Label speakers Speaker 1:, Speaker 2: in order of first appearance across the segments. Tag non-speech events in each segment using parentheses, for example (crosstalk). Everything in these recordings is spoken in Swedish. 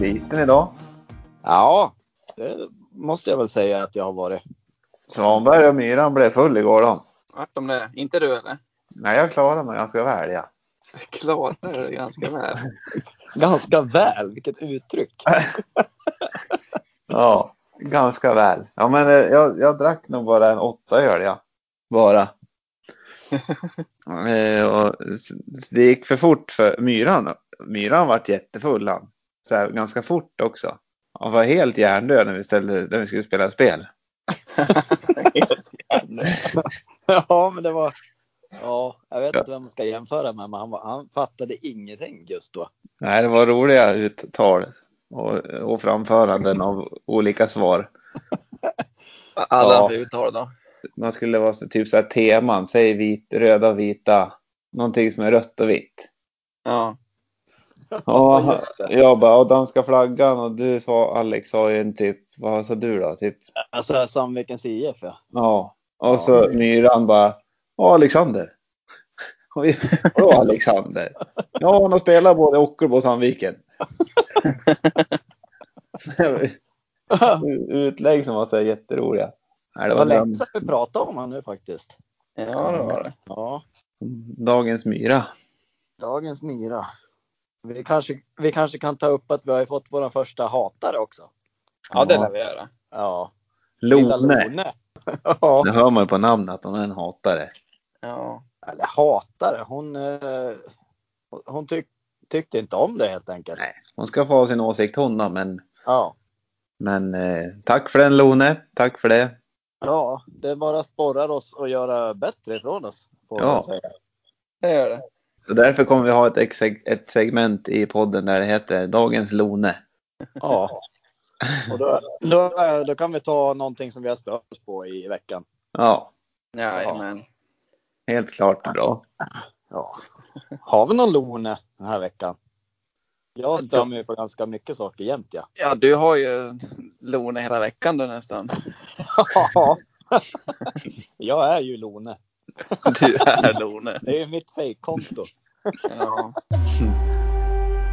Speaker 1: liten idag.
Speaker 2: Ja, det måste jag väl säga att jag har varit. (laughs)
Speaker 1: Svanberg och Myran blev full igår då.
Speaker 3: Vart de det? Inte du eller?
Speaker 1: Nej, jag klarade mig ganska väl. Ja.
Speaker 3: Klarar det ganska väl.
Speaker 2: Ganska väl, vilket uttryck. (laughs)
Speaker 1: ja, ganska väl. Ja, men eh, jag, jag drack nog bara en åtta öl, ja. Bara. (laughs) Eh, och s- det gick för fort för Myran. Myran vart jättefull han. Så här, ganska fort också. Han var helt hjärndöd när vi, ställde, när vi skulle spela spel.
Speaker 2: ja, men det var... Ja, jag vet inte vem man ska jämföra med, men han, var, han fattade ingenting just då.
Speaker 1: Nej, det var roliga uttal och, och framföranden av olika svar.
Speaker 3: Vad hade
Speaker 1: Ja.
Speaker 3: han för uttal då?
Speaker 1: man skulle vara så, typ så här teman, säg vit, röda och vita, någonting som är rött och vitt.
Speaker 3: Ja.
Speaker 1: Ja,
Speaker 2: just det.
Speaker 1: jag bara, och danska flaggan och du sa, Alex sa ju en typ, vad sa du då? Typ,
Speaker 2: Alltså Sandvikens IF, ja.
Speaker 1: ja. Och så Myran bara, ja Alexander. (laughs) Och vi, Vadå Alexander? Ja, han har spelat både i Ockelbo och Sandviken. (laughs) Utlägg som var så här jätteroliga. Nej, (laughs) det
Speaker 2: Det
Speaker 1: var
Speaker 2: var
Speaker 1: den,
Speaker 2: länge sedan vi pratade om honom nu faktiskt.
Speaker 3: Ja, det var det.
Speaker 2: Ja,
Speaker 1: dagens myra.
Speaker 2: dagens Myra. Vi kanske, vi kanske kan ta upp att vi har ju fått vår första hatare också.
Speaker 3: Ja, det lär vi göra.
Speaker 2: Ja, lilla
Speaker 1: Lone.
Speaker 2: Lone. (laughs) ja.
Speaker 1: Det hör man ju på namnet att hon är en hatare.
Speaker 3: Ja.
Speaker 2: Eller hatare, hon, eh, hon tyck, tyckte inte om det helt enkelt.
Speaker 1: Nej. Hon ska få ha sin åsikt hon då, men,
Speaker 2: Ja.
Speaker 1: men eh, tack för den Lone. Tack för det.
Speaker 2: ja, det bara sporrar oss att göra bättre ifrån oss. Får
Speaker 1: Ja.
Speaker 2: jag säga.
Speaker 3: Det gör det.
Speaker 1: Så därför kommer vi ha ett, ex- ett segment i podden där det heter Dagens Lone.
Speaker 2: ja. (laughs) Och då, då, då kan vi ta någonting som vi har stört oss på i veckan.
Speaker 1: Ja,
Speaker 3: Jajamän.
Speaker 1: helt klart bra.
Speaker 2: Ja. Har vi någon Lone den här veckan? Jag stör mig på ganska mycket saker jämt. Ja.
Speaker 3: Ja, du har ju Lone hela veckan du nästan. (laughs)
Speaker 2: Ja. (laughs) jag är ju Lone.
Speaker 3: Du är Lone.
Speaker 2: Det är ju mitt fejkkonto.
Speaker 3: Ja.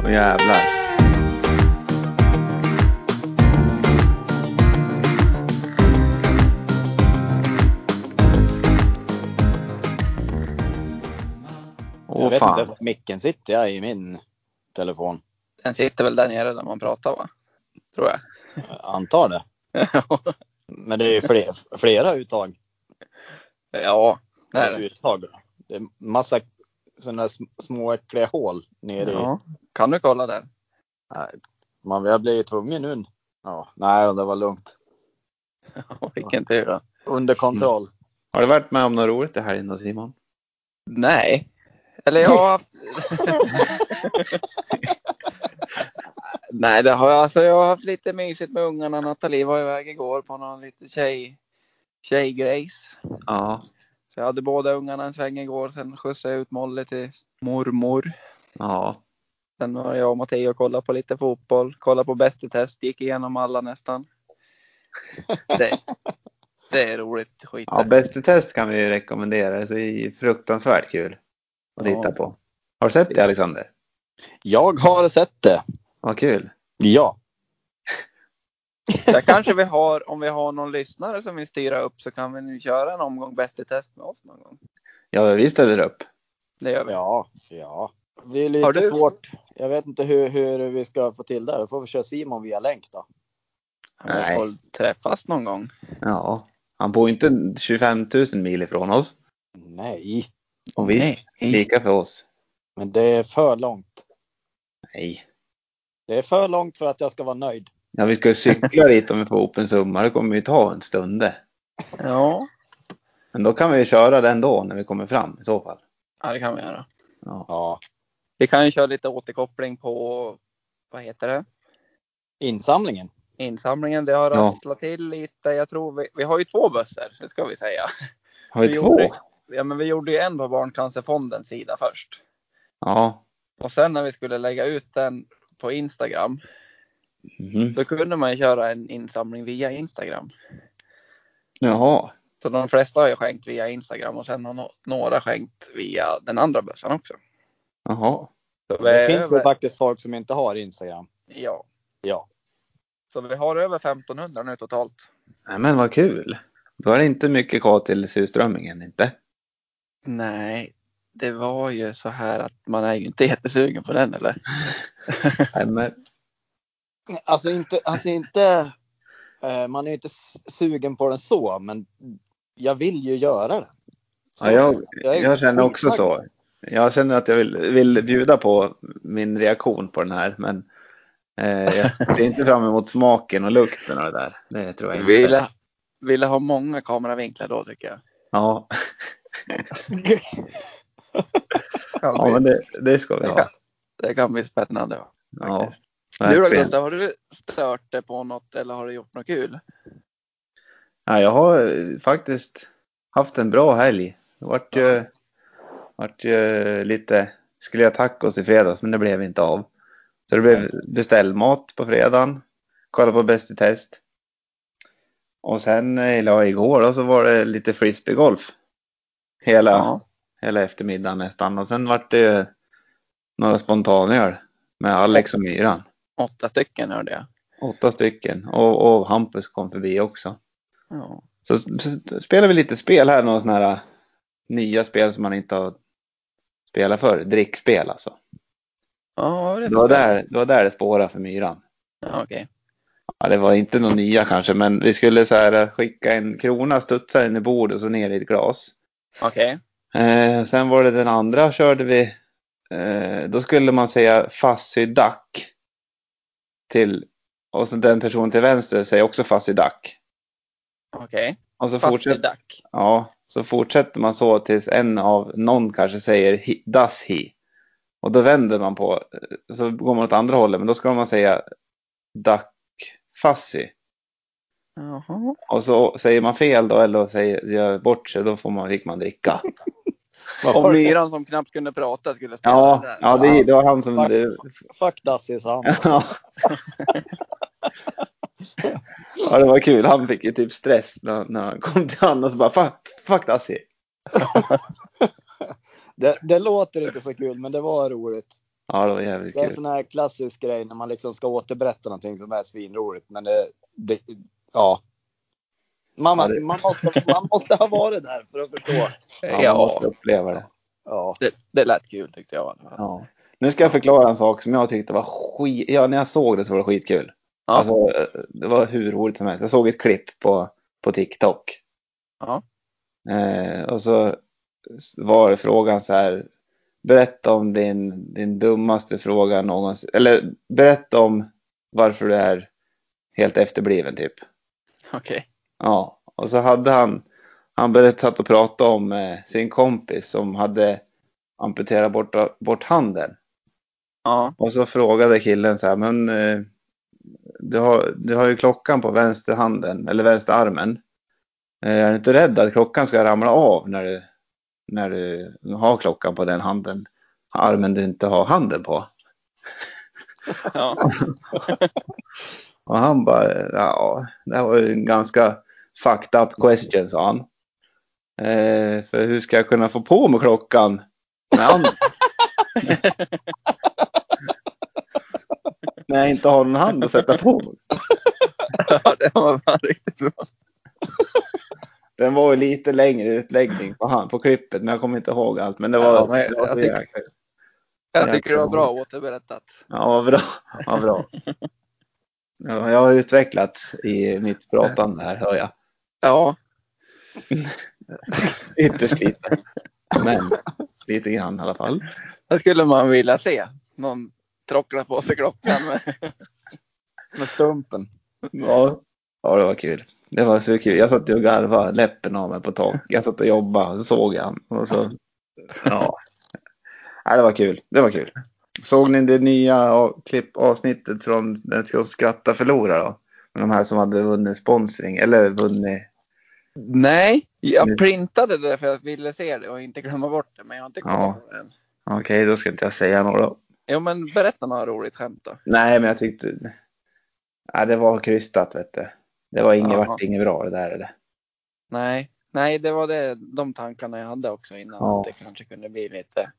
Speaker 1: Och jävlar.
Speaker 2: jag
Speaker 1: Åh
Speaker 2: vet
Speaker 1: fan.
Speaker 2: inte var micken sitter jag i min telefon.
Speaker 3: Den sitter väl där nere där man pratar va? Tror jag. (laughs)
Speaker 2: Jag Antar det. Men det är ju fler, flera uttag.
Speaker 3: ja, det är det.
Speaker 2: uttag. Det är massa sådana här sm- små äckliga hål nere i.
Speaker 3: Ja. Kan du kolla där?
Speaker 2: Man, jag blir ju tvungen nu. Ja, nej, det var lugnt.
Speaker 3: Vilken tur då.
Speaker 2: Under kontroll.
Speaker 1: Har du varit med om något roligt det här innan Simon?
Speaker 3: Nej. Eller jag har haft... Nej, det har jag, alltså, jag har haft lite mysigt med ungarna. Nathalie var iväg igår på någon liten tjej, tjejgrejs.
Speaker 1: Ja.
Speaker 3: Så jag hade båda ungarna en sväng igår. Sen skjutsade jag ut Molly till mormor.
Speaker 1: Ja.
Speaker 3: Sen var jag och Matteo och kollade på lite fotboll. Kollade på Bäst i test. Gick igenom alla nästan. Det, det är roligt skit.
Speaker 1: ja Bäst i test kan vi ju rekommendera. Det är fruktansvärt kul att
Speaker 3: Ja.
Speaker 1: titta på. Har du sett det Alexander?
Speaker 2: Jag har sett det.
Speaker 1: Vad kul.
Speaker 2: Ja.
Speaker 3: Där kanske vi har, om vi har någon lyssnare som vill styra upp så kan vi nu köra en omgång Bäst i test med oss någon gång.
Speaker 1: Ja, vi ställer upp.
Speaker 3: Det gör vi.
Speaker 2: Ja. Ja. Det är lite
Speaker 3: Har du-
Speaker 2: svårt. Jag vet inte hur, hur vi ska få till det. här. Då får vi köra Simon via länk då.
Speaker 3: Vi får träffas någon gång.
Speaker 1: Ja. Han bor ju inte 25 000 mil ifrån oss.
Speaker 2: Nej,
Speaker 1: Och vi
Speaker 3: Nej.
Speaker 1: är lika för oss.
Speaker 2: men det är för långt.
Speaker 1: Nej.
Speaker 2: Det är för långt för att jag ska vara nöjd.
Speaker 1: Ja, vi ska ju cykla dit om vi får ihop en summa. Det kommer ju ta en stund. det.
Speaker 3: Ja.
Speaker 1: Men då kan vi ju köra den då när vi kommer fram i så fall.
Speaker 3: ja, det kan vi göra.
Speaker 1: Ja.
Speaker 2: Ja.
Speaker 3: Vi kan ju köra lite återkoppling på, vad heter det?
Speaker 2: Insamlingen.
Speaker 3: Insamlingen. Det har
Speaker 1: Ja.
Speaker 3: rasslat till lite. Jag tror vi, vi har ju två bössor, det ska vi säga.
Speaker 1: Har vi
Speaker 3: Vi
Speaker 1: två?
Speaker 3: gjorde- Ja, men vi gjorde ju en på Barncancerfondens sida först.
Speaker 1: Ja.
Speaker 3: Och sen när vi skulle lägga ut den på Instagram,
Speaker 1: Mhm.
Speaker 3: då kunde man ju köra en insamling via Instagram.
Speaker 1: Jaha.
Speaker 3: Så de flesta har ju skänkt via Instagram och sen har no- några skänkt via den andra bössan också.
Speaker 1: Jaha.
Speaker 3: Så vi är
Speaker 2: Det finns ju
Speaker 3: över-
Speaker 2: faktiskt folk som inte har Instagram.
Speaker 3: Ja,
Speaker 2: Ja.
Speaker 3: Så vi har över 1500 nu totalt.
Speaker 1: Nej, men vad kul. Då är det inte mycket kvar till surströmmingen inte.
Speaker 3: Nej, det var ju så här att man är ju inte (laughs) jättesugen på den eller?
Speaker 1: Nej, men
Speaker 2: Alltså inte, alltså inte, eh, man är ju inte s- sugen på den så, men jag vill ju göra den. Så,
Speaker 1: ja, jag,
Speaker 2: jag är
Speaker 1: jag känner också
Speaker 2: skittaggad.
Speaker 1: så. Jag känner att jag vill, vill bjuda på min reaktion på den här, men eh, jag ser inte fram emot smaken och lukten och det där. Det tror jag inte.
Speaker 3: Ville, ville ha många kameravinklar då tycker jag.
Speaker 1: Ja, ja
Speaker 3: vi-
Speaker 1: men det, det ska vi ha.
Speaker 3: Det kan bli spännande.
Speaker 1: Ja,
Speaker 3: Du då
Speaker 1: verkligen.
Speaker 3: Gustav, har du stört dig på något eller har du gjort något kul?
Speaker 1: Ja, jag har eh, faktiskt haft en bra helg. Det vart ju, vart ju lite, skulle jag tacos i fredags men det blev inte av. Så det blev beställmat på fredagen, kolla på Bäst i test. Och sen, eh, eller ja, igår då, så var det lite frisbeegolf. Hela, hela eftermiddagen nästan. Och sen vart det ju några spontanöl med Alex och Myran.
Speaker 3: Åtta stycken hörde jag.
Speaker 1: Åtta stycken. Och, och Hampus kom förbi också.
Speaker 3: Ja.
Speaker 1: Så s- spelar vi lite spel här, några sådana här äh, nya spel som man inte har spelat förr. Drickspel alltså.
Speaker 3: Ja, det
Speaker 1: Det var där det, var där det spårade för myran.
Speaker 3: Ja, okej.
Speaker 1: Ja, det var inte några nya kanske, men vi skulle så här äh, skicka en krona, studsa den i bordet och så ner i ett glas.
Speaker 3: Okej.
Speaker 1: Eh, sen var det den andra körde vi. Eh, då skulle man säga fassidack. Till, och så den personen till vänster säger också fassidack.
Speaker 3: Okej.
Speaker 1: Och så
Speaker 3: Fast i
Speaker 1: fortsätter
Speaker 3: dack.
Speaker 1: Ja, så fortsätter man så tills en av någon kanske säger hi, das he. Och då vänder man på, eh, så går man åt andra hållet, men då ska man säga duck fassi.
Speaker 3: Jaha.
Speaker 1: Och så säger man fel då, eller säger, gör bort sig, då får man, fick man
Speaker 2: (laughs)
Speaker 1: dricka.
Speaker 3: Och myran som knappt kunde prata skulle spela
Speaker 1: Ja,
Speaker 3: där.
Speaker 1: ja det, det var han som... Det,
Speaker 2: (laughs) Fuck Dassis han.
Speaker 1: ja. ja, det var kul. Han fick ju typ stress när, när han kom till honom och så bara fuck, fuck das he.
Speaker 2: Det, det låter inte så kul, men det var roligt.
Speaker 1: Ja, det var jävligt
Speaker 2: Det är en
Speaker 1: kul.
Speaker 2: sån här klassisk grej när man liksom ska återberätta någonting som är svinroligt, men det, det ja. Man,
Speaker 1: Ja, det-
Speaker 2: man, måste, man måste ha varit där för att förstå.
Speaker 1: Ja, man
Speaker 3: Ja,
Speaker 1: måste uppleva det.
Speaker 2: Ja,
Speaker 3: det, det lät kul tyckte jag. i alla fall.
Speaker 1: Ja. Nu ska jag förklara en sak som jag tyckte var skit... Ja, när jag såg det så var det skitkul.
Speaker 3: Ja.
Speaker 1: Alltså, eh, det var hur roligt som helst. Jag såg ett klipp på, på TikTok.
Speaker 3: Ja.
Speaker 1: Eh, och så var frågan så här. Berätta om din, din dummaste fråga någonsin. Eller berätta om varför du är helt efterbliven typ.
Speaker 3: Okej.
Speaker 1: Ja, och så hade han, han berättat och pratat om eh, sin kompis som hade amputerat bort, bort handen.
Speaker 3: Ja.
Speaker 1: Och så frågade killen så här, men eh, du, har, du har ju klockan på vänsterhanden, eller vänsterarmen. Eh, är du inte rädd att klockan ska ramla av när du, när du har klockan på den handen? Armen du inte har handen på.
Speaker 3: Ja. (laughs)
Speaker 1: Och han bara, ja, det här var ju en ganska fucked up question, sa han. Eh, för hur ska jag kunna få på mig klockan? När han... När jag inte har någon hand att sätta på mig.
Speaker 3: ja, det var fan riktigt bra.
Speaker 1: Den var ju lite längre utläggning på, han, på klippet, men jag kommer inte ihåg allt. Men det var,
Speaker 3: Ja, men jag-
Speaker 1: det var
Speaker 3: jag
Speaker 1: så
Speaker 3: tycker-
Speaker 1: jäkla-
Speaker 3: Jag tycker det var bra återberättat.
Speaker 1: Ja, vad bra. Vad bra. Ja, jag har utvecklats i mitt pratande här, hör jag.
Speaker 3: Ja.
Speaker 1: Ytterst lite. Men lite grann i alla fall.
Speaker 3: Det skulle man vilja se. Någon trockla på sig
Speaker 1: (laughs)
Speaker 3: klockan. Med.
Speaker 2: med stumpen.
Speaker 1: Ja. ja, det var kul. Det var så kul. Jag satt ju och garvade läppen av mig på tak. Jag satt och jobbade och så såg jag han. Och så... Ja. Nej, det var kul. Det var kul. Såg ni det nya av- klipp, avsnittet från Den ska skratta förlora då? Med de här som hade vunnit sponsring eller vunnit.
Speaker 3: Nej,
Speaker 1: Mm.
Speaker 3: jag printade det för jag ville se det och inte glömma bort det. Men jag har inte kollat
Speaker 1: Ja.
Speaker 3: på det än.
Speaker 1: Okej, då ska inte jag säga några.
Speaker 3: Jo, men berätta några roligt skämt då.
Speaker 1: Nej, men jag tyckte. Nej, det var krystat vet du. Det var inget,
Speaker 3: Ja.
Speaker 1: vart inget bra det där. Eller?
Speaker 3: Nej, nej, det var det, de tankarna jag hade också innan.
Speaker 1: Ja.
Speaker 3: Att det kanske kunde bli lite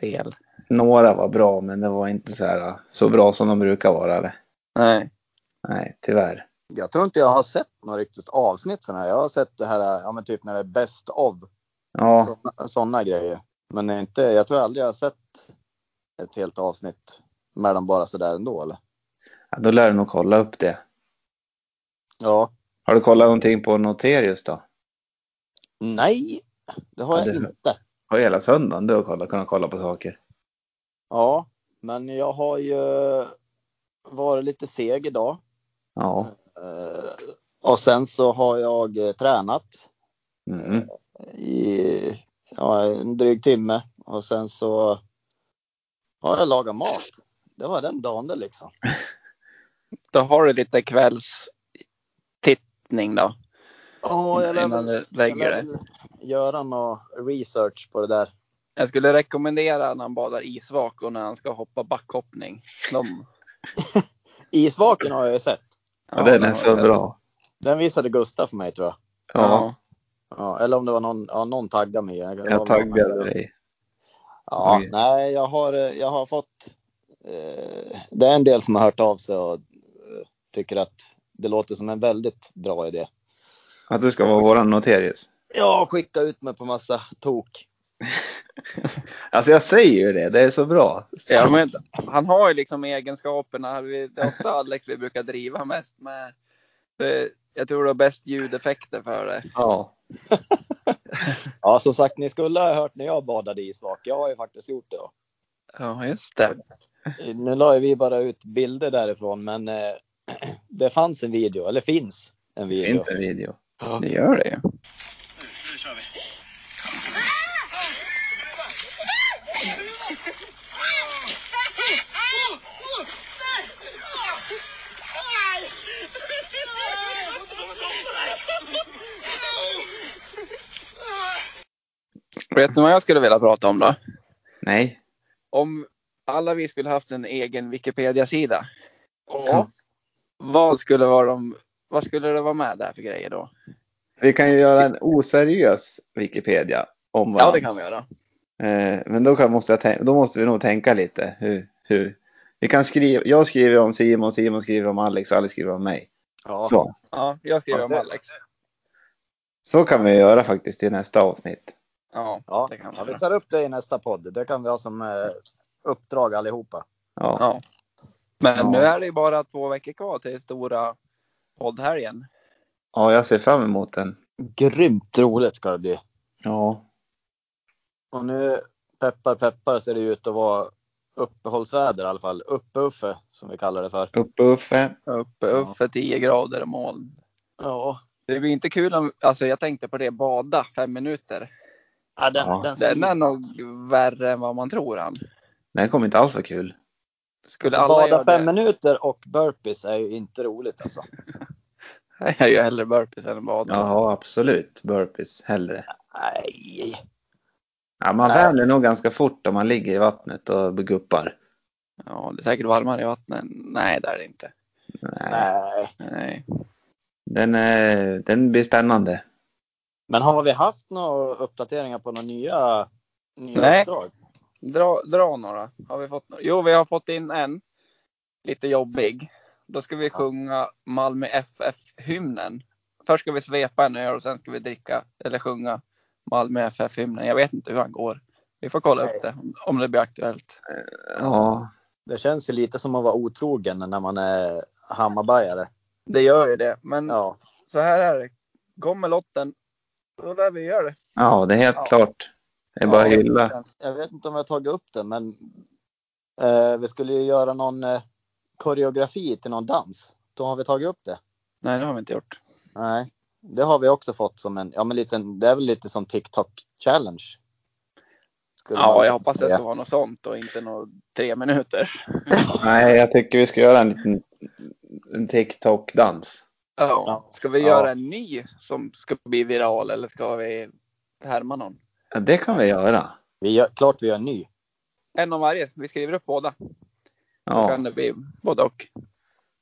Speaker 3: fel.
Speaker 1: Några var bra, men det var inte så, här, så bra som de brukar vara. Eller?
Speaker 3: Nej.
Speaker 1: Nej, tyvärr.
Speaker 2: Jag tror inte jag har sett något riktigt avsnitt sådana här. Jag har sett det här, ja men typ när det är best of.
Speaker 1: Ja,
Speaker 2: Sådana grejer. Men inte, jag tror aldrig jag har sett ett helt avsnitt med dem bara sådär ändå eller?
Speaker 1: då lär du nog kolla upp det.
Speaker 2: Ja.
Speaker 1: Har du kollat någonting på Noterius då?
Speaker 2: Nej, det har
Speaker 1: Ja,
Speaker 2: jag
Speaker 1: det-
Speaker 2: inte.
Speaker 1: Har hela söndagen du har kollat, kunnat kolla på saker?
Speaker 2: Ja, men jag har ju varit lite seg idag.
Speaker 1: Ja.
Speaker 2: Eh, Och sen så har jag eh, tränat
Speaker 1: Mm.
Speaker 2: i ja, en dryg timme och sen så har jag lagat mat. Det var den dagen det liksom.
Speaker 3: Då har du lite kvällstittning då.
Speaker 2: Ja, jag lär
Speaker 3: innan
Speaker 2: väl-
Speaker 3: du
Speaker 2: jag
Speaker 3: lägger
Speaker 2: lär
Speaker 3: dig.
Speaker 2: väl göra någon research på det där.
Speaker 3: Jag skulle rekommendera när han badar isvak och när han ska hoppa backhoppning. De,
Speaker 2: Isvaken har jag ju sett.
Speaker 1: (laughs) Ja, den är
Speaker 3: de-
Speaker 1: så bra.
Speaker 2: Den visade Gustav för mig tror jag.
Speaker 1: Ja,
Speaker 3: Ja.
Speaker 2: Ja, eller om det var någon, ja, någon taggade mig. i den. Det
Speaker 1: jag
Speaker 2: var väl någon
Speaker 1: taggade
Speaker 2: annan.
Speaker 1: dig.
Speaker 2: Ja,
Speaker 1: Oj.
Speaker 2: nej, jag har, eh, jag har fått... Eh, det är en del som har hört av sig och eh, tycker att det låter som en väldigt bra idé.
Speaker 1: Att du ska vara våran Noterius.
Speaker 2: Ja, skicka ut mig på massa tok.
Speaker 1: Alltså jag säger ju det, det är så bra.
Speaker 3: Ja, men han har ju liksom egenskaperna. Vi- Det är ofta Alex vi brukar driva mest med. Det- Jag tror du har bäst ljudeffekter för det.
Speaker 1: Ja.
Speaker 2: Ja, som sagt, ni skulle ha hört när jag badade i Isvak. Jag har ju faktiskt gjort det. ja.
Speaker 3: Ja, just det.
Speaker 2: Nu la ju vi bara ut bilder därifrån, men eh, (clears throat) det fanns en video, eller finns en video.
Speaker 1: Inte video.
Speaker 2: Ja.
Speaker 3: Det gör det ju. Vet ni vad jag skulle vilja prata om då?
Speaker 1: Nej.
Speaker 3: Om alla vi skulle haft en egen Wikipedia-sida.
Speaker 2: Ja.
Speaker 3: Vad skulle, vara de, vad skulle det vara med där för grejer då?
Speaker 1: Vi kan ju göra en oseriös Wikipedia om
Speaker 3: Ja,
Speaker 1: varandra.
Speaker 3: det kan vi göra.
Speaker 1: Eh, men då, kan, måste jag tän- då måste vi nog tänka lite. Hur, hur. Vi kan skriva, jag skriver om Simon, Simon skriver om Alex, Alex skriver om mig.
Speaker 2: Ja.
Speaker 1: Så.
Speaker 3: Ja, jag skriver om
Speaker 2: Ja, det-
Speaker 3: Alex.
Speaker 1: så kan vi göra faktiskt i nästa avsnitt.
Speaker 3: Ja,
Speaker 2: Ja.
Speaker 3: det kan vi
Speaker 2: ja, vi
Speaker 3: göra.
Speaker 2: tar upp det i nästa podd. Det kan vi ha som eh, uppdrag allihopa.
Speaker 1: Ja.
Speaker 3: Ja. Men
Speaker 1: Ja.
Speaker 3: nu är det ju bara två veckor kvar till stora poddhelgen.
Speaker 1: ja, jag ser fram emot den.
Speaker 2: Grymt roligt ska det bli.
Speaker 1: Ja.
Speaker 2: Och nu peppar peppar ser det ut att vara uppehållsväder i alla fall. Uppe-Uffe som vi kallar det för.
Speaker 1: Uppe Uffe.
Speaker 3: Uppe, upp för 10 grader och moln.
Speaker 2: Ja,
Speaker 3: Det blir inte kul om, alltså jag tänkte på det, bada fem minuter.
Speaker 2: ja den,
Speaker 1: Ja,
Speaker 2: den,
Speaker 3: Den är nog värre än vad man tror han.
Speaker 1: Den kommer inte alls vara kul.
Speaker 3: Skulle
Speaker 2: alltså,
Speaker 3: alla göra
Speaker 2: bada fem
Speaker 3: det?
Speaker 2: minuter och burpees är ju inte roligt alltså.
Speaker 3: (laughs) Jag gör hellre burpees än att bada.
Speaker 1: Ja, absolut. Burpees hellre.
Speaker 2: Nej.
Speaker 1: Ja, man
Speaker 2: Nej.
Speaker 1: värmer nog ganska fort om man ligger i vattnet och guppar.
Speaker 3: Ja, det är säkert varmare i vattnet. Nej, det är det inte.
Speaker 1: Nej.
Speaker 2: Nej.
Speaker 3: Nej.
Speaker 1: Den, är, den blir spännande.
Speaker 2: Men har vi haft några uppdateringar på några nya, nya
Speaker 3: Nej.
Speaker 2: uppdrag?
Speaker 3: Dra, dra några. Har vi fått några? Jo, vi har fått in en. Lite jobbig. Då ska vi sjunga Malmö FF-hymnen. Först ska vi svepa en öl och sen ska vi dricka eller sjunga Malmö FF-hymnen. Jag vet inte hur han går. Vi får kolla upp det om- om det blir aktuellt.
Speaker 1: Ja.
Speaker 2: Det känns ju lite som att vara otrogen när man är hammarbajare.
Speaker 3: Det gör ju det. Men
Speaker 2: Ja.
Speaker 3: så här är det. Kommer lotten, då lär vi göra det.
Speaker 1: ja, det är helt
Speaker 2: Ja.
Speaker 1: klart. Det är bara att
Speaker 3: Ja,
Speaker 1: hylla.
Speaker 2: Jag vet inte om jag har tagit upp det, men eh, vi skulle ju göra någon eh, koreografi till någon dans. Då har vi tagit upp det.
Speaker 3: Nej, det har vi inte gjort.
Speaker 2: Nej, det har vi också fått som en, ja men liten, det är väl lite som TikTok challenge. Skulle man
Speaker 3: Ja, jag
Speaker 2: kunna
Speaker 3: hoppas det
Speaker 2: säga.
Speaker 3: ska vara något sånt och inte något tre minuter.
Speaker 1: Nej, jag tycker vi ska göra en liten en TikTok-dans.
Speaker 3: Ja. Ska vi
Speaker 2: Ja.
Speaker 3: göra en ny som ska bli viral eller ska vi härma någon?
Speaker 1: Ja, det kan vi göra.
Speaker 2: Vi gör, klart vi gör en ny.
Speaker 3: En av varje. Vi skriver upp båda. Då kan
Speaker 1: Ja,
Speaker 3: det bli både och.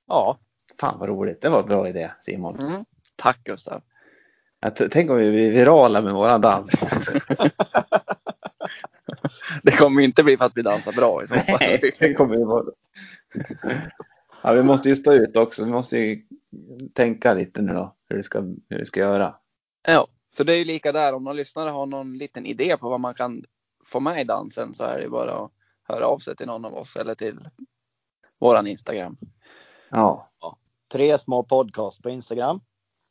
Speaker 2: Ja,
Speaker 1: fan vad roligt. Det var en bra idé, Simon.
Speaker 3: Mm. Tack Gustav.
Speaker 1: Att, tänk om vi blir virala med våra dans.
Speaker 3: Det kommer ju inte bli för att vi dansar bra i så fall.
Speaker 1: (laughs) Nej, det kommer ju vara... Ja, vi måste ju stå ut också. Vi måste ju tänka lite nu då, hur vi ska, hur vi ska göra.
Speaker 3: (laughs) Ja, så det är ju lika där. Om någon lyssnare har någon liten idé på vad man kan få med i dansen så är det ju bara att höra av sig till någon av oss eller till våran Instagram.
Speaker 1: Ja,
Speaker 2: Tre små podcast på Instagram.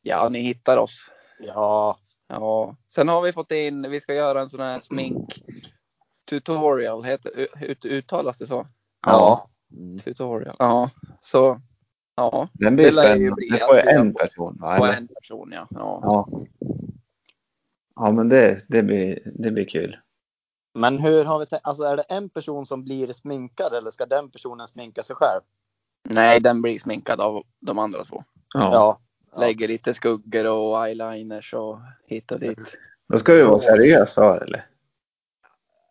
Speaker 3: Ja, ni hittar oss.
Speaker 2: Ja,
Speaker 3: Ja, sen har vi fått in, vi ska göra en sån här smink tutorial, heter, ut, uttalas det så?
Speaker 1: ja.
Speaker 2: mm.
Speaker 3: Tutorial. Ja, så ja,
Speaker 1: den blir
Speaker 3: Det lär ju
Speaker 1: spännande.
Speaker 3: bli
Speaker 1: Det får ju
Speaker 3: att vi har
Speaker 1: en
Speaker 3: på-
Speaker 1: person va?
Speaker 3: på
Speaker 1: Eller?
Speaker 3: en person ja. ja.
Speaker 1: Ja. Ja, men det, det, blir, det blir kul.
Speaker 2: Men hur har vi tänkt? Alltså är det en person som blir sminkad eller ska den personen sminka sig själv?
Speaker 3: Nej, den blir sminkad av de andra två.
Speaker 1: Ja.
Speaker 2: Ja. Ja.
Speaker 3: Lägger lite skuggor och eyeliners och hit och dit.
Speaker 1: Då ska vi vara seriösa eller?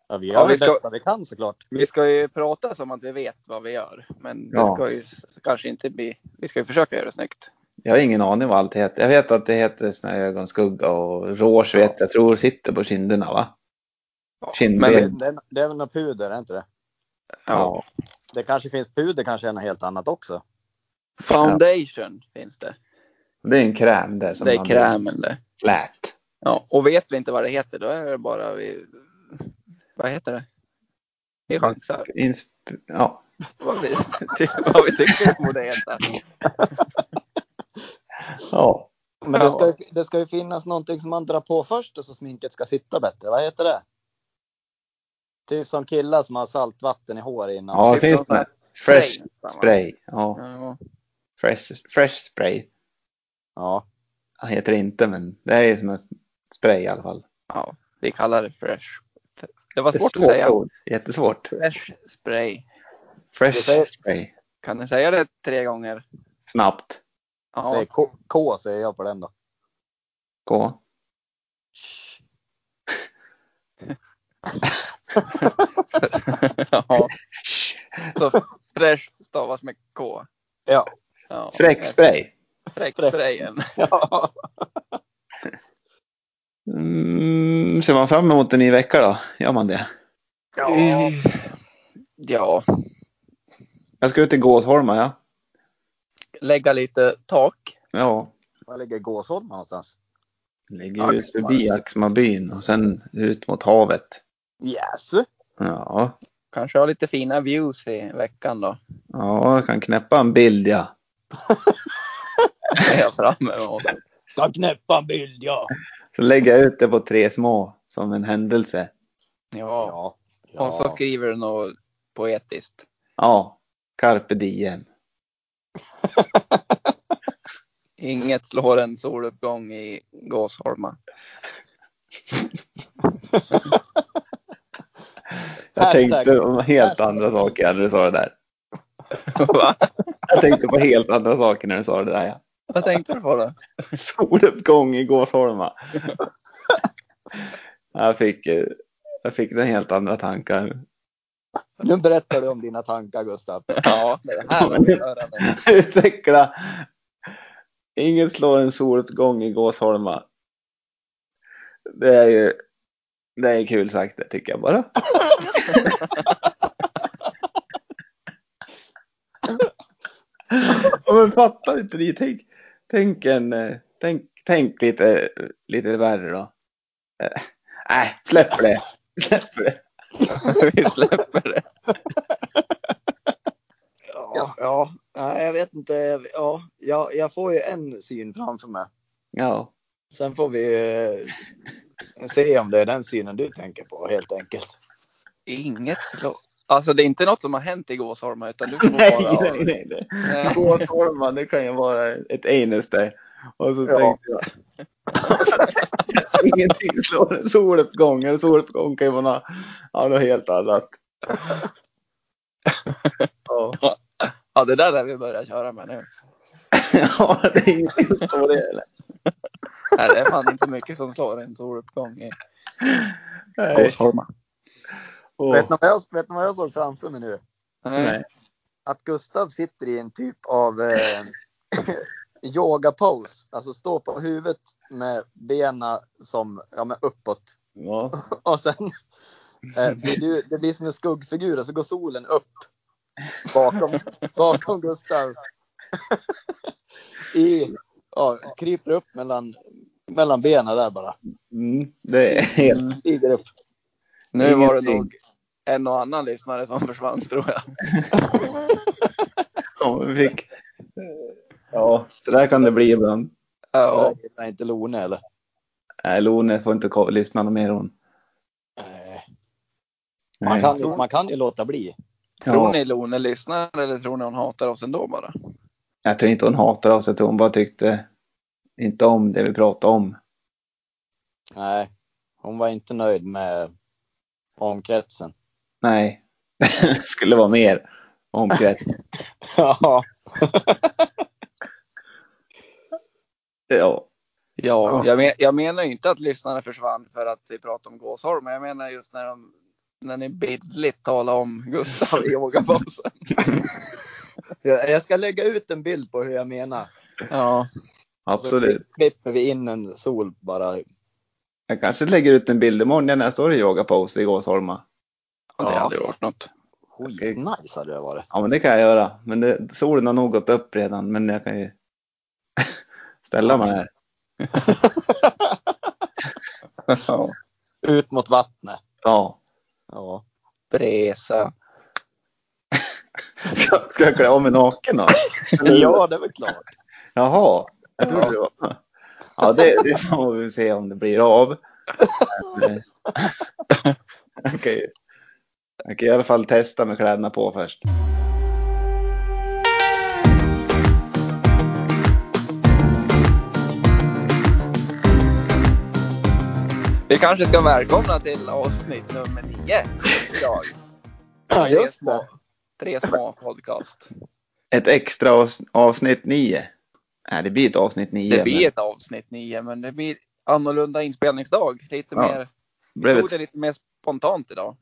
Speaker 2: Ja, vi gör
Speaker 3: Ja, vi
Speaker 2: det
Speaker 3: ska-
Speaker 2: bästa vi kan såklart.
Speaker 3: Vi ska ju prata som att vi vet vad vi gör, men det
Speaker 1: Ja.
Speaker 3: ska ju s- kanske inte bli. Vi ska ju försöka göra det snyggt.
Speaker 1: Jag har ingen aning vad allt heter. Jag vet att det heter såna här ögonskugga och rouge vet jag tror sitter på kinderna va?
Speaker 3: Ja,
Speaker 1: Kindben.
Speaker 3: men,
Speaker 2: Det,
Speaker 3: ja.
Speaker 2: det, det är väl något puder, är det inte det?
Speaker 1: Ja.
Speaker 2: Det kanske finns puder, kanske är något helt annat också.
Speaker 3: Foundation finns det.
Speaker 1: Det är en kräm det som
Speaker 3: det är
Speaker 1: man
Speaker 3: krämen det.
Speaker 1: Flät.
Speaker 3: Ja, och vet vi inte vad det heter, då är det bara vi... Vad heter det? Vi chansar.
Speaker 1: Insp-
Speaker 3: (laughs)
Speaker 1: ja.
Speaker 3: Vad vi, vad vi tycker det borde heta.
Speaker 1: ja.
Speaker 2: Men
Speaker 3: Ja.
Speaker 2: det, ska, ju- det ska ju finnas någonting som man drar på först och så sminket ska sitta bättre. Vad heter det? Typ som killar som har saltvatten i hår innan.
Speaker 1: Ja,
Speaker 3: Typ
Speaker 1: finns
Speaker 3: någon sån
Speaker 1: det.
Speaker 3: här
Speaker 1: Fresh
Speaker 3: va?
Speaker 1: spray. Ja.
Speaker 3: Ja,
Speaker 1: Fresh, fresh spray.
Speaker 2: Ja.
Speaker 1: Han heter det inte men det är som en spray i alla fall.
Speaker 3: ja, vi kallar det fresh. Det var
Speaker 1: Det är
Speaker 3: svårt att säga.
Speaker 1: ord. Jättesvårt.
Speaker 3: Fresh spray.
Speaker 1: Fresh
Speaker 2: Vi säger-
Speaker 1: spray.
Speaker 3: Kan du säga det tre gånger?
Speaker 1: Snabbt.
Speaker 2: Säg
Speaker 3: Ja,
Speaker 2: K, K säger jag på den då.
Speaker 1: Gå.
Speaker 3: (laughs) ja. Så fresh stavas med K.
Speaker 2: Ja.
Speaker 3: ja.
Speaker 1: Fräck spray.
Speaker 3: Fräck
Speaker 2: Fräck.
Speaker 3: sprayen.
Speaker 2: ja.
Speaker 1: Mm, ser man fram emot en ny vecka då? Gör man det?
Speaker 2: Ja.
Speaker 3: Ja,
Speaker 1: Jag ska ut till Gåsholma ja.
Speaker 3: lägga lite tak.
Speaker 1: Ja.
Speaker 2: Var ligger Gåsholmen någonstans?
Speaker 1: Ligger ju förbi Axmabyn och sen ut mot havet.
Speaker 2: Yes.
Speaker 1: Ja.
Speaker 3: Kanske ha lite fina views i veckan då.
Speaker 1: Ja, jag kan knäppa en bild ja.
Speaker 3: (laughs) Det är jag fram emot.
Speaker 2: Ska knäppa en bild ja.
Speaker 1: Så lägger jag ut det på tre små som en händelse.
Speaker 3: Ja.
Speaker 2: Ja.
Speaker 3: Och så
Speaker 2: ja.
Speaker 3: skriver du något poetiskt.
Speaker 1: Ja, carpe diem.
Speaker 3: Inget slår en soluppgång i Gåsholma.
Speaker 1: Jag
Speaker 2: Hashtag.
Speaker 1: tänkte på helt
Speaker 2: Hashtag.
Speaker 1: andra saker när du sa det där.
Speaker 3: (laughs) Va?
Speaker 1: Jag tänkte på helt andra saker när du sa det där ja.
Speaker 3: Vad tänkte du på då?
Speaker 1: Soluppgång i
Speaker 2: (laughs)
Speaker 1: Gåsholma. Jag fick, eh, jag fick den helt andra tankar.
Speaker 2: Nu berättar du om dina tankar Gustav.
Speaker 3: Ja, det här vill jag höra nu.
Speaker 1: (laughs) Utveckla. Inget slår en soluppgång i Gåsholma. Det är ju det är kul sagt det tycker jag bara. (laughs) ja, men fattar inte ni? Tänk, tänk, en, eh, tänk, tänk lite, lite värre då. Eh, Nej, släpp det. Släpp det.
Speaker 3: (laughs) Vi släpper det.
Speaker 2: Ja, ja. Nej, jag vet inte. Ja, jag, jag får ju en syn framför mig.
Speaker 1: Ja,
Speaker 2: Sen får vi eh, se om det är den synen du tänker på helt enkelt.
Speaker 3: Inget slår... Alltså det är inte något som har hänt i Gåsholma utan du får
Speaker 1: nej,
Speaker 3: bara...
Speaker 1: nej, nej. nej.
Speaker 3: Nej.
Speaker 1: Gåsholma, det kan ju vara ett anus där. Och så
Speaker 2: Ja.
Speaker 1: tänkte jag. (laughs) Ingenting slår en soluppgång. En soluppgång kan ju vara något, ja, något helt annat. (laughs) Ja.
Speaker 3: Ja, det där är vi börjar köra med nu.
Speaker 1: ja, det är ingenting som slår det heller.
Speaker 3: Nej, det är fan inte mycket som slår en soluppgång i
Speaker 1: Nej.
Speaker 3: Gåsholma.
Speaker 1: Åh,
Speaker 2: Vet, ni vad jag, vet ni vad jag såg framför mig nu?
Speaker 1: nej.
Speaker 2: Att Gustav sitter i en typ av eh, (laughs) yoga pose. Alltså stå på huvudet med benen som, ja, men uppåt. (laughs)
Speaker 1: Ja.
Speaker 2: Och sen eh, blir du, det blir som en skuggfigur och så går solen upp. bakom, bakom Gustav. (laughs) I, ja, kryper upp mellan, mellan benen där bara.
Speaker 1: Mm, det är helt...
Speaker 2: Stiger upp.
Speaker 3: Nu var det
Speaker 1: Ingenting.
Speaker 3: nog en och annan lyssnare som försvann tror jag.
Speaker 1: Ja, vi fick... Ja, så där kan det bli ibland.
Speaker 3: Ja,
Speaker 2: Ja. Det är inte Lone eller?
Speaker 1: Nej, Lone får inte ko- lyssna något mer hon.
Speaker 2: Nej. Man
Speaker 1: Nej.
Speaker 2: kan, ju- man kan ju låta bli.
Speaker 3: Tror
Speaker 1: Ja.
Speaker 3: ni Lone lyssnar eller tror ni hon hatar oss ändå bara?
Speaker 1: Jag tror inte hon hatar oss, jag tror hon bara tyckte inte om det vi pratade om.
Speaker 2: Nej. Hon var inte nöjd med (laughs) omkretsen.
Speaker 1: Nej, (laughs) det skulle vara mer omkrets.
Speaker 2: Ja.
Speaker 1: Ja.
Speaker 3: Ja,
Speaker 1: Ja.
Speaker 3: jag, men, jag menar ju inte att lyssnarna försvann för att vi pratade om Gåsholm, men jag menar just när, de, när ni bildligt talar om Gustav i
Speaker 1: (laughs)
Speaker 3: yogapausen.
Speaker 2: Jag jag ska lägga ut en bild på hur jag menar.
Speaker 3: Ja,
Speaker 1: absolut.
Speaker 2: Så klipper vi in en sol bara.
Speaker 1: Jag kanske lägger ut en bild imorgon när jag står i yogapose i Gåsholma.
Speaker 3: och det
Speaker 2: Ja.
Speaker 3: hade ju
Speaker 1: (laughs)
Speaker 3: varit något.
Speaker 2: Skitnice hade det varit.
Speaker 1: Ja, men det kan jag göra. Men det, solen har nog gått upp redan, men jag kan ju (laughs) ställa mig här.
Speaker 3: Ja.
Speaker 2: Ut mot vattnet.
Speaker 1: Ja. (laughs)
Speaker 2: Ja.
Speaker 3: Bresa.
Speaker 1: Ska, ska jag klä av mig naken då?
Speaker 2: ja, det är väl klart.
Speaker 1: Jaha, jag trodde det var... Ja, det, det får vi se om det blir av. Men, eh, (laughs) Jag kan, ju, jag kan i alla fall testa med kläderna på först.
Speaker 3: Vi kanske ska välkomna till avsnitt nummer nio idag.
Speaker 2: (laughs) Ja,
Speaker 3: Tre
Speaker 2: just
Speaker 3: små,
Speaker 2: det.
Speaker 3: tre små podcast.
Speaker 1: Ett extra avs, avsnitt nio. Nej, det blir ett avsnitt nio.
Speaker 3: Det blir
Speaker 1: men
Speaker 3: ett avsnitt nio, men det blir annorlunda inspelningsdag. Lite
Speaker 1: Ja,
Speaker 3: mer,
Speaker 1: det blev
Speaker 3: tog
Speaker 1: ett,
Speaker 3: det lite mer spontant idag.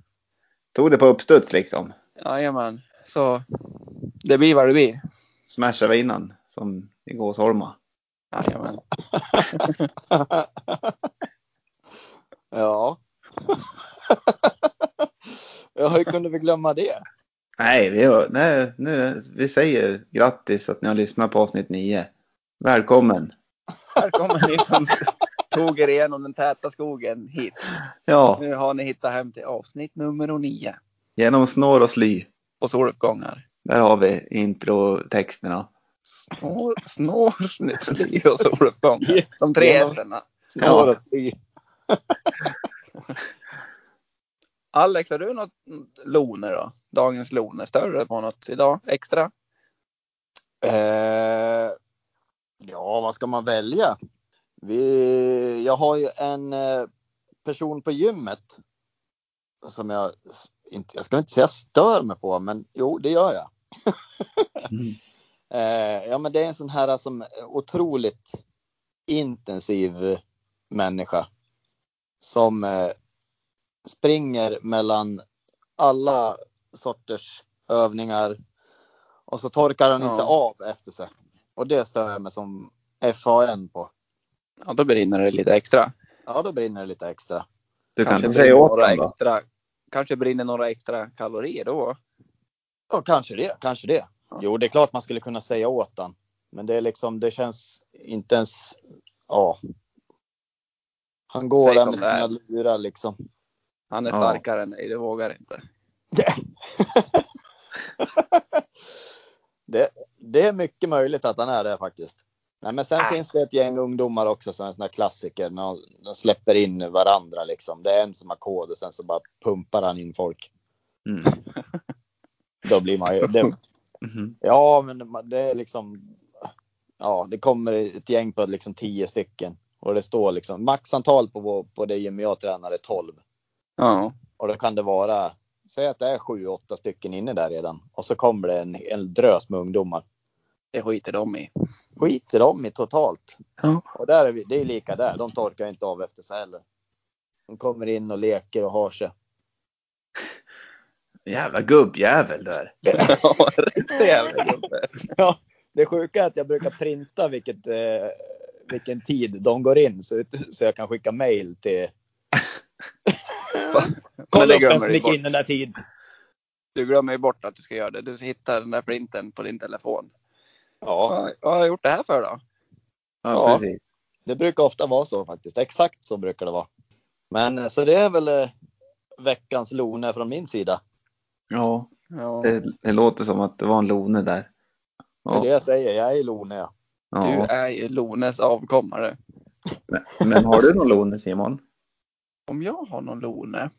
Speaker 1: tog det på uppstuds liksom.
Speaker 3: Jajamän, så det blir vad det blir.
Speaker 1: Smashade vi innan, som i Gåsholma.
Speaker 3: Jajamän.
Speaker 2: (laughs) Ja. (laughs) ja, hur kunde vi glömma det?
Speaker 1: Nej, vi, har- nej nu, vi säger grattis att ni har lyssnat på avsnitt nio. Välkommen!
Speaker 3: Här kommer ni som tog er igenom den täta skogen hit.
Speaker 1: Ja,
Speaker 3: Nu har ni hittat hem till avsnitt nummer nio.
Speaker 1: genom snår och sly.
Speaker 3: Och soluppgångar.
Speaker 1: Där har vi introtexterna.
Speaker 3: Snår, snår, sly och soluppgångar. De tre
Speaker 2: Genom-
Speaker 3: S'erna.
Speaker 1: Ja.
Speaker 2: Snåret i.
Speaker 3: Alex, har du något loner då? Dagens loner, större på något idag? Extra?
Speaker 2: Eh, ja, vad ska man välja? Vi, jag har ju en eh, person på gymmet som jag, s- inte, jag ska inte säga stör mig på, men jo, det gör jag.
Speaker 1: Mm.
Speaker 2: (laughs) Eh, ja, men det är en sån här som är otroligt intensiv människa som eh, springer mellan alla sorters övningar och så torkar han
Speaker 3: Ja.
Speaker 2: inte av efter sig. Och det stör jag mig som FAN på.
Speaker 3: Ja, då brinner det lite extra.
Speaker 2: Ja, då brinner det lite extra.
Speaker 1: Du kan inte
Speaker 3: brinner
Speaker 1: säga åt
Speaker 3: några
Speaker 1: dem då?
Speaker 3: extra, Kanske brinner några extra kalorier då.
Speaker 2: Ja, kanske det, kanske det.
Speaker 3: Ja.
Speaker 2: Jo, det är klart man skulle kunna säga åt han. Men det är liksom, det känns inte ens, ja. Han går
Speaker 3: Säg
Speaker 2: där
Speaker 3: som
Speaker 2: med
Speaker 3: det är.
Speaker 2: sina lurar liksom.
Speaker 3: Han är
Speaker 1: Ja.
Speaker 3: starkare än dig, du vågar inte.
Speaker 2: Det, det är mycket möjligt att han är det faktiskt. Nej, men sen
Speaker 3: Ah.
Speaker 2: finns det ett gäng ungdomar också som är såna här klassiker. När de, de släpper in varandra liksom. Det är en som har kod och sen så bara pumpar han in folk.
Speaker 1: Mm.
Speaker 2: Då blir man ju... Det,
Speaker 1: Mhm.
Speaker 2: ja, men man- det är liksom... Ja, det kommer ett gäng på liksom tio stycken. Och det står liksom maxantal på, vår- på det gym jag tränar är 12.
Speaker 3: Ja.
Speaker 2: Och då kan det vara, säg att det är sju, åtta stycken inne där redan. Och så kommer det en, en drös med ungdomar.
Speaker 3: Det skiter de i.
Speaker 2: skiter de i totalt.
Speaker 3: Ja.
Speaker 2: Och där är vi, det är lika där, de torkar inte av efter sig heller. De kommer in och leker och har sig.
Speaker 1: Jävla gubbjävel där.
Speaker 3: (laughs) Ja, riktig jävla gubbe.
Speaker 2: Det sjuka är att jag brukar printa vilket, eh, vilken tid de går in så, ut- så jag kan skicka mail till...
Speaker 3: Men
Speaker 2: Kolla
Speaker 3: det
Speaker 2: upp vem
Speaker 3: glömmer
Speaker 2: som
Speaker 3: du
Speaker 2: gick
Speaker 3: bort.
Speaker 2: in den där tiden.
Speaker 3: Du glömmer ju bort att du ska göra det. Du hittar den där printen på din telefon.
Speaker 2: Ja,
Speaker 3: Vad, vad har jag gjort det här för då?
Speaker 1: Ja,
Speaker 2: Ja.
Speaker 1: precis.
Speaker 2: det brukar ofta vara så faktiskt. Exakt så brukar det vara. Men eh, så det är väl eh, veckans Lone från min sida.
Speaker 1: Ja,
Speaker 3: Ja.
Speaker 1: det, det låter som att det var en lone där.
Speaker 2: Det är det
Speaker 1: Ja,
Speaker 2: jag säger, jag är Lone. Ja.
Speaker 3: Du
Speaker 1: ja.
Speaker 3: är ju Lones avkommare.
Speaker 1: Men har du någon lone Simon?
Speaker 3: Om jag har någon Lone?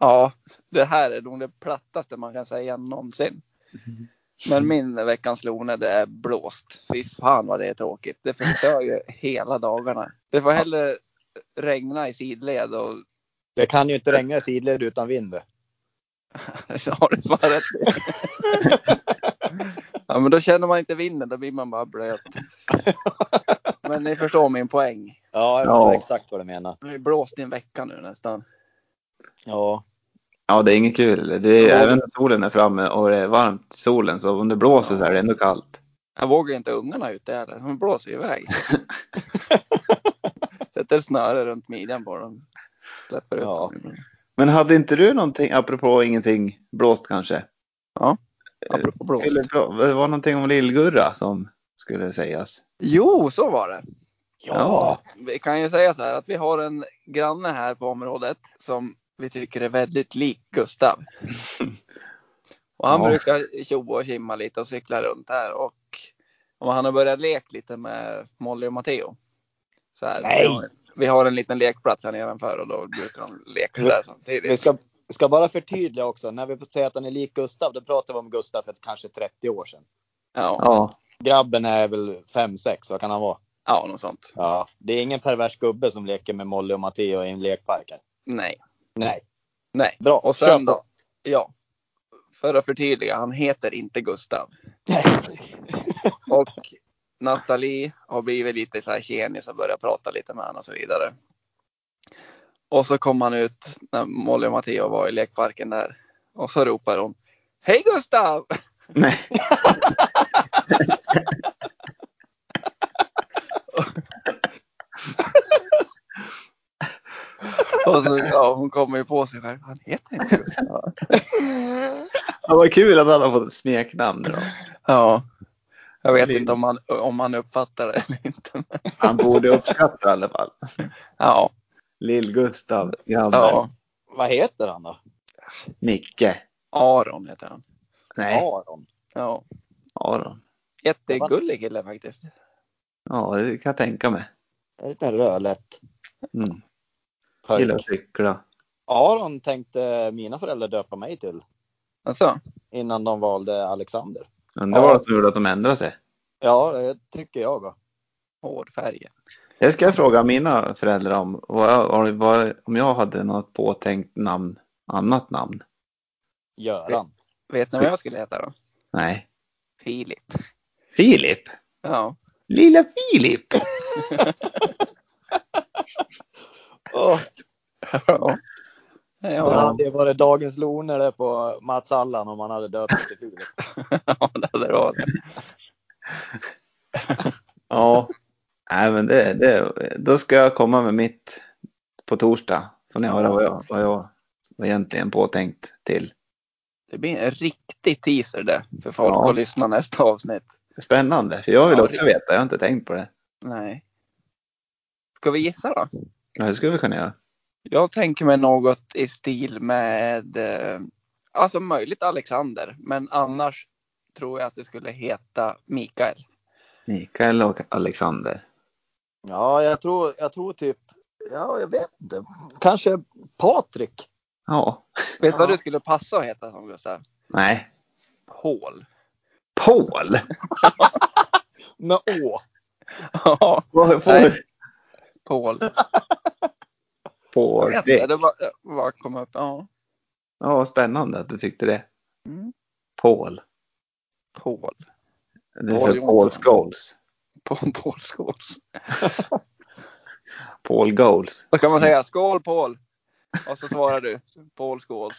Speaker 3: Ja, det här är nog det plattaste man kan
Speaker 1: (laughs)
Speaker 3: säga någonsin. Men min veckans Lone, det är blåst. Fy fan vad det är tråkigt. Det förstör ju hela dagarna. Det får hellre regna i sidled och
Speaker 2: Det kan ju inte regna i sidled utan vind.
Speaker 3: så (laughs) har du fan rätt. Ja, men då känner man inte vinden, då blir man bara blöt. Men ni förstår min poäng.
Speaker 2: Ja, jag
Speaker 1: Ja.
Speaker 2: förstår exakt vad du menar.
Speaker 3: Det har ju blåst i en vecka nu nästan.
Speaker 2: Ja,
Speaker 1: Ja, det är inget kul. Det är,
Speaker 3: Ja.
Speaker 1: Även när solen är framme och det är varmt i solen så om det blåser så är det ändå kallt.
Speaker 3: Jag vågar ju inte ha ungarna ute heller. De blåser ju iväg. Sätter snöre runt midjan på dem. Släpper ut
Speaker 2: Ja.
Speaker 3: dem.
Speaker 1: Men hade inte du någonting, apropå ingenting, blåst kanske?
Speaker 3: Apropå blåst.
Speaker 1: Skulle, det var någonting om Lill-Gurra som skulle sägas.
Speaker 3: Jo, så var det.
Speaker 1: Ja.
Speaker 2: ja,
Speaker 3: Vi kan ju säga så här att vi har en granne här på området som vi tycker är väldigt lik
Speaker 2: (laughs)
Speaker 3: Gustav. Och han
Speaker 1: Ja.
Speaker 3: brukar tjoa och kimma lite och cykla runt här och, och han har börjat leka lite med Molly och Matteo. Så här,
Speaker 2: Nej.
Speaker 3: Vi, har, vi har en liten lekplats här nedanför och då brukar de leka där
Speaker 2: vi
Speaker 3: samtidigt.
Speaker 2: ska, ska bara förtydliga också. När vi säger att han är lik Gustav, då pratar vi om Gustav för kanske 30 år sedan.
Speaker 3: Ja,
Speaker 1: Ja,
Speaker 2: Grabben är väl 5-6, vad kan han vara?
Speaker 3: ja något sånt.
Speaker 2: Ja, det är ingen pervers gubbe som leker med Molly och Matteo i en lekpark. Här.
Speaker 3: Nej,
Speaker 2: Nej,
Speaker 3: nej.
Speaker 2: bra.
Speaker 3: Och
Speaker 2: Kör
Speaker 3: sen
Speaker 2: på.
Speaker 3: då, ja. För att förtydliga, han heter inte Gustav.
Speaker 2: (laughs)
Speaker 3: Och Nathalie har blivit lite så här tjenis och börjat prata lite med honom och så vidare. Och så kom han ut när Molly och Matteo var i lekparken där och så ropar hon Hej Gustav!
Speaker 1: (laughs)
Speaker 3: (laughs)
Speaker 1: nej.
Speaker 3: Och så, ja, hon kommer ju på sig själv. Han heter inte Gustav.
Speaker 1: Ja, vad kul att han har fått ett smeknamn då.
Speaker 3: Ja. Jag vet
Speaker 1: Lill.
Speaker 3: inte om han, om han uppfattar det eller inte.
Speaker 1: Han borde uppskatta i alla fall.
Speaker 3: Ja,
Speaker 1: Lill-Gustav, grabben,
Speaker 3: ja.
Speaker 2: Vad heter han då?
Speaker 1: Micke,
Speaker 3: Aron heter han.
Speaker 1: nej,
Speaker 2: Aron.
Speaker 3: Ja.
Speaker 1: Aron.
Speaker 3: Jättegullig kille faktiskt.
Speaker 1: Ja, det kan jag tänka mig.
Speaker 2: En liten rödlätt
Speaker 1: Mm. Gillar att
Speaker 2: pojk.
Speaker 1: cykla.
Speaker 2: Aron tänkte mina föräldrar döpa mig till
Speaker 3: Alltså,
Speaker 2: innan de valde Alexander.
Speaker 1: Undrar
Speaker 3: Ja.
Speaker 1: vad som gjorde att de ändrade sig.
Speaker 2: Ja, det tycker jag. då.
Speaker 3: hårfärgen.
Speaker 1: Det ska jag fråga mina föräldrar om. Vad jag, vad- vad, om jag hade något påtänkt namn, annat namn.
Speaker 2: Göran.
Speaker 3: Vet ni vad jag skulle heta då?
Speaker 1: Nej.
Speaker 3: Filip.
Speaker 1: Filip!
Speaker 3: Ja.
Speaker 1: Lilla Filip!
Speaker 2: Åh,
Speaker 3: (laughs) Ja.
Speaker 2: det
Speaker 3: Ja,
Speaker 2: hade varit dagens Lone där på Mats Allan om han hade döpt mig till Filip.
Speaker 3: ja, det hade det varit.
Speaker 1: Ja. Nej, men det, det, då ska jag komma med mitt på torsdag. Får ni höra vad jag, vad jag var egentligen påtänkt till.
Speaker 3: Det blir en riktig teaser det för folk
Speaker 1: Ja.
Speaker 3: att lyssna nästa avsnitt.
Speaker 1: Spännande, för jag vill
Speaker 3: Ja,
Speaker 1: också veta. Jag har inte tänkt på det.
Speaker 3: Nej. Ska vi gissa då?
Speaker 1: Ja, det skulle vi kunna göra.
Speaker 3: Jag tänker mig något i stil med, eh, alltså möjligt Alexander, men annars tror jag att det skulle heta Mikael.
Speaker 1: Mikael och Alexander.
Speaker 2: Ja, jag tror, jag tror typ, ja, jag vet inte. Kanske Patrik.
Speaker 1: Ja.
Speaker 3: Vet du vad
Speaker 2: Ja.
Speaker 3: du skulle passa att heta som Gustav?
Speaker 1: Nej.
Speaker 3: Paul.
Speaker 1: Paul!
Speaker 2: Med Å.
Speaker 3: Ja,
Speaker 1: Vad-
Speaker 3: Nej. Paul. Jag
Speaker 1: Paul.
Speaker 3: vet
Speaker 1: Det-
Speaker 3: inte, det bara, bara kom upp. Ja.
Speaker 1: Ja, vad spännande att du tyckte det.
Speaker 3: Mm.
Speaker 1: Paul.
Speaker 3: Paul.
Speaker 1: Det är
Speaker 3: Paul
Speaker 1: för Paul
Speaker 3: Johnson.
Speaker 1: Scholes.
Speaker 3: Paul, Paul Scholes.
Speaker 1: Paul Goals.
Speaker 3: Då kan man säga skål Paul. Och så svarar du Paul Scholes.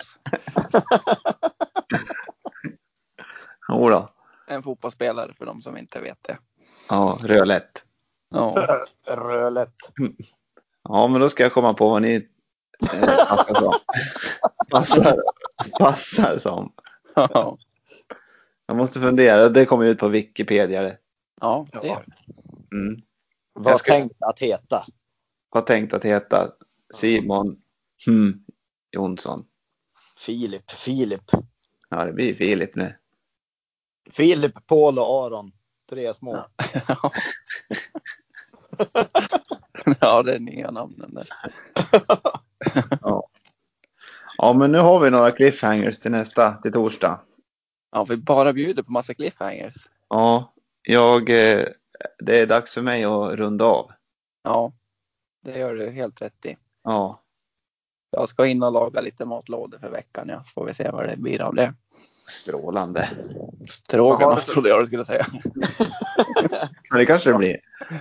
Speaker 1: Jo då.
Speaker 3: En fotbollsspelare för de som inte vet det.
Speaker 1: Ja, rödlätt.
Speaker 2: (laughs)
Speaker 3: Ja.
Speaker 2: Rölet.
Speaker 1: Ja, men då ska jag komma på vad ni eh, passar som. Passar passar som.
Speaker 3: Ja,
Speaker 1: Jag måste fundera. Det kommer ut på Wikipedia. det.
Speaker 3: ja det gör
Speaker 1: Mm.
Speaker 2: Vad
Speaker 1: ska-
Speaker 2: tänkt att heta?
Speaker 1: Har tänkt att heta Simon hmm, Jonsson.
Speaker 2: Filip, Filip.
Speaker 1: Ja, det blir Filip nu.
Speaker 2: Filip, Paul och Aron. Tre små.
Speaker 3: Ja. det. (laughs) ja, det är nya namnen där.
Speaker 1: Ja, men nu har vi några cliffhangers till nästa, till torsdag.
Speaker 3: Ja, vi bara bjuder på massa cliffhangers.
Speaker 1: Ja, jag, eh, det är dags för mig att runda av.
Speaker 3: Ja, det gör du helt rätt i.
Speaker 1: Ja,
Speaker 3: Jag ska in och laga lite matlådor för veckan. Ja. Får vi se vad det blir av det.
Speaker 1: strålande.
Speaker 2: Vad har
Speaker 3: Strågan
Speaker 2: du för-
Speaker 3: (laughs) trodde jag du skulle säga.
Speaker 1: Ja, det kanske det blir.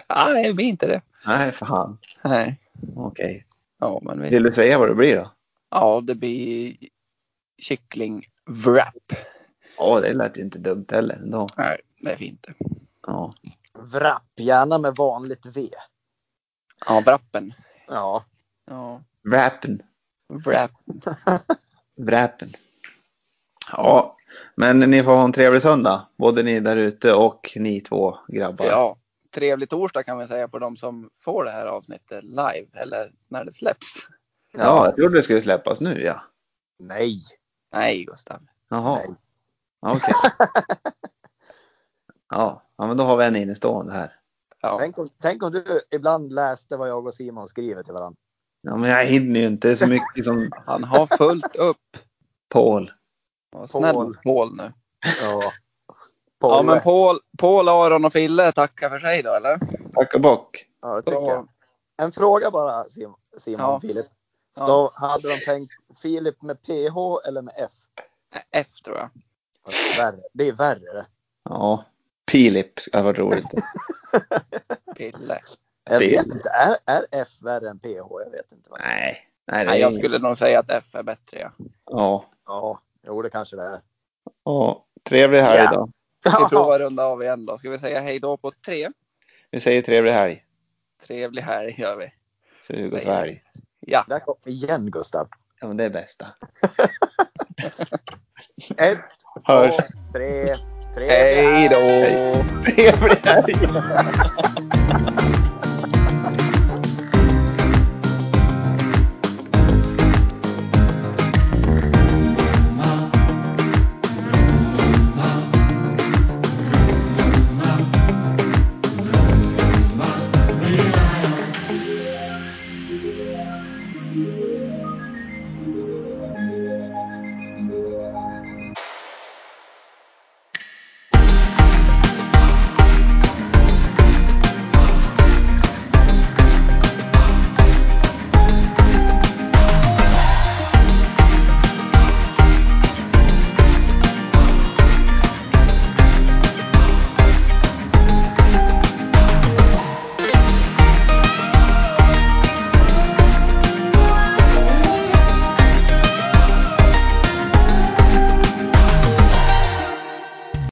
Speaker 3: Nej, det blir inte det.
Speaker 1: Nej, fan.
Speaker 3: Nej.
Speaker 1: Okej.
Speaker 3: Ja, men vi...
Speaker 1: Vill du säga vad det blir då?
Speaker 3: ja det blir kycklingwrap.
Speaker 1: Ja, det lät ju inte dumt heller ändå.
Speaker 3: Nej, det är fint.
Speaker 1: Ja.
Speaker 2: Wrap, gärna med vanligt V.
Speaker 3: Ja, wrappen.
Speaker 2: Ja.
Speaker 3: Ja,
Speaker 1: Wrappen.
Speaker 3: wrap.
Speaker 1: Wrappen. Ja, men ni får ha en trevlig söndag. Både ni där ute och ni två grabbar.
Speaker 3: Ja, trevlig torsdag kan vi säga på de som får det här avsnittet live eller när det släpps.
Speaker 1: ja jag trodde det skulle släppas nu ja.
Speaker 2: Nej.
Speaker 3: Nej, Gustav.
Speaker 1: Jaha.
Speaker 2: Nej.
Speaker 1: Ja, Okej. ja, ja, men då har vi en innestående här.
Speaker 3: Ja,
Speaker 2: Tänk, om, tänk om du ibland läste vad jag och Simon skriver till varandra.
Speaker 1: Ja, men jag hinner ju inte så mycket som
Speaker 3: han har fullt upp.
Speaker 1: Paul.
Speaker 3: Var snäll
Speaker 2: Paul.
Speaker 3: mot Paul nu.
Speaker 2: Ja.
Speaker 3: Ja,
Speaker 2: Paul.
Speaker 3: men Paul, Paul, Aron och Fille tackar för sig då, eller?
Speaker 1: Tack och bock.
Speaker 2: Ja, det tycker jag.
Speaker 3: Så,
Speaker 2: En fråga bara Simon, Simon
Speaker 3: Ja.
Speaker 2: och Filip. Så
Speaker 3: Ja.
Speaker 2: då Hade de tänkt Filip med PH eller med F?
Speaker 3: Äh, F tror jag.
Speaker 2: Ja, det är värre. Det är värre det.
Speaker 1: Ja, Filip hade varit roligt.
Speaker 3: Pille.
Speaker 2: Jag
Speaker 1: Det-
Speaker 2: vet inte. Är, är F värre än PH? Jag vet inte. Vad.
Speaker 1: Nej. Nej, det är
Speaker 3: Nej, jag
Speaker 1: inget.
Speaker 3: skulle nog säga att F är bättre. Ja.
Speaker 1: Ja.
Speaker 2: Ja, jo det kanske det är.
Speaker 1: ja. Trevlig helg
Speaker 2: Ja.
Speaker 1: då.
Speaker 3: Vi provar att runda av igen då. Ska vi säga hej då på tre?
Speaker 1: Vi säger trevlig helg.
Speaker 3: Trevlig helg gör vi.
Speaker 1: Sug och
Speaker 3: Nej.
Speaker 1: svälj.
Speaker 3: Ja,
Speaker 2: (laughs) Där kom igen Gustav.
Speaker 1: Ja, men det är bästa.
Speaker 2: Ett,
Speaker 1: Hörs.
Speaker 2: två, Oh, tre. tre
Speaker 3: hej då!
Speaker 1: Trevlig helg.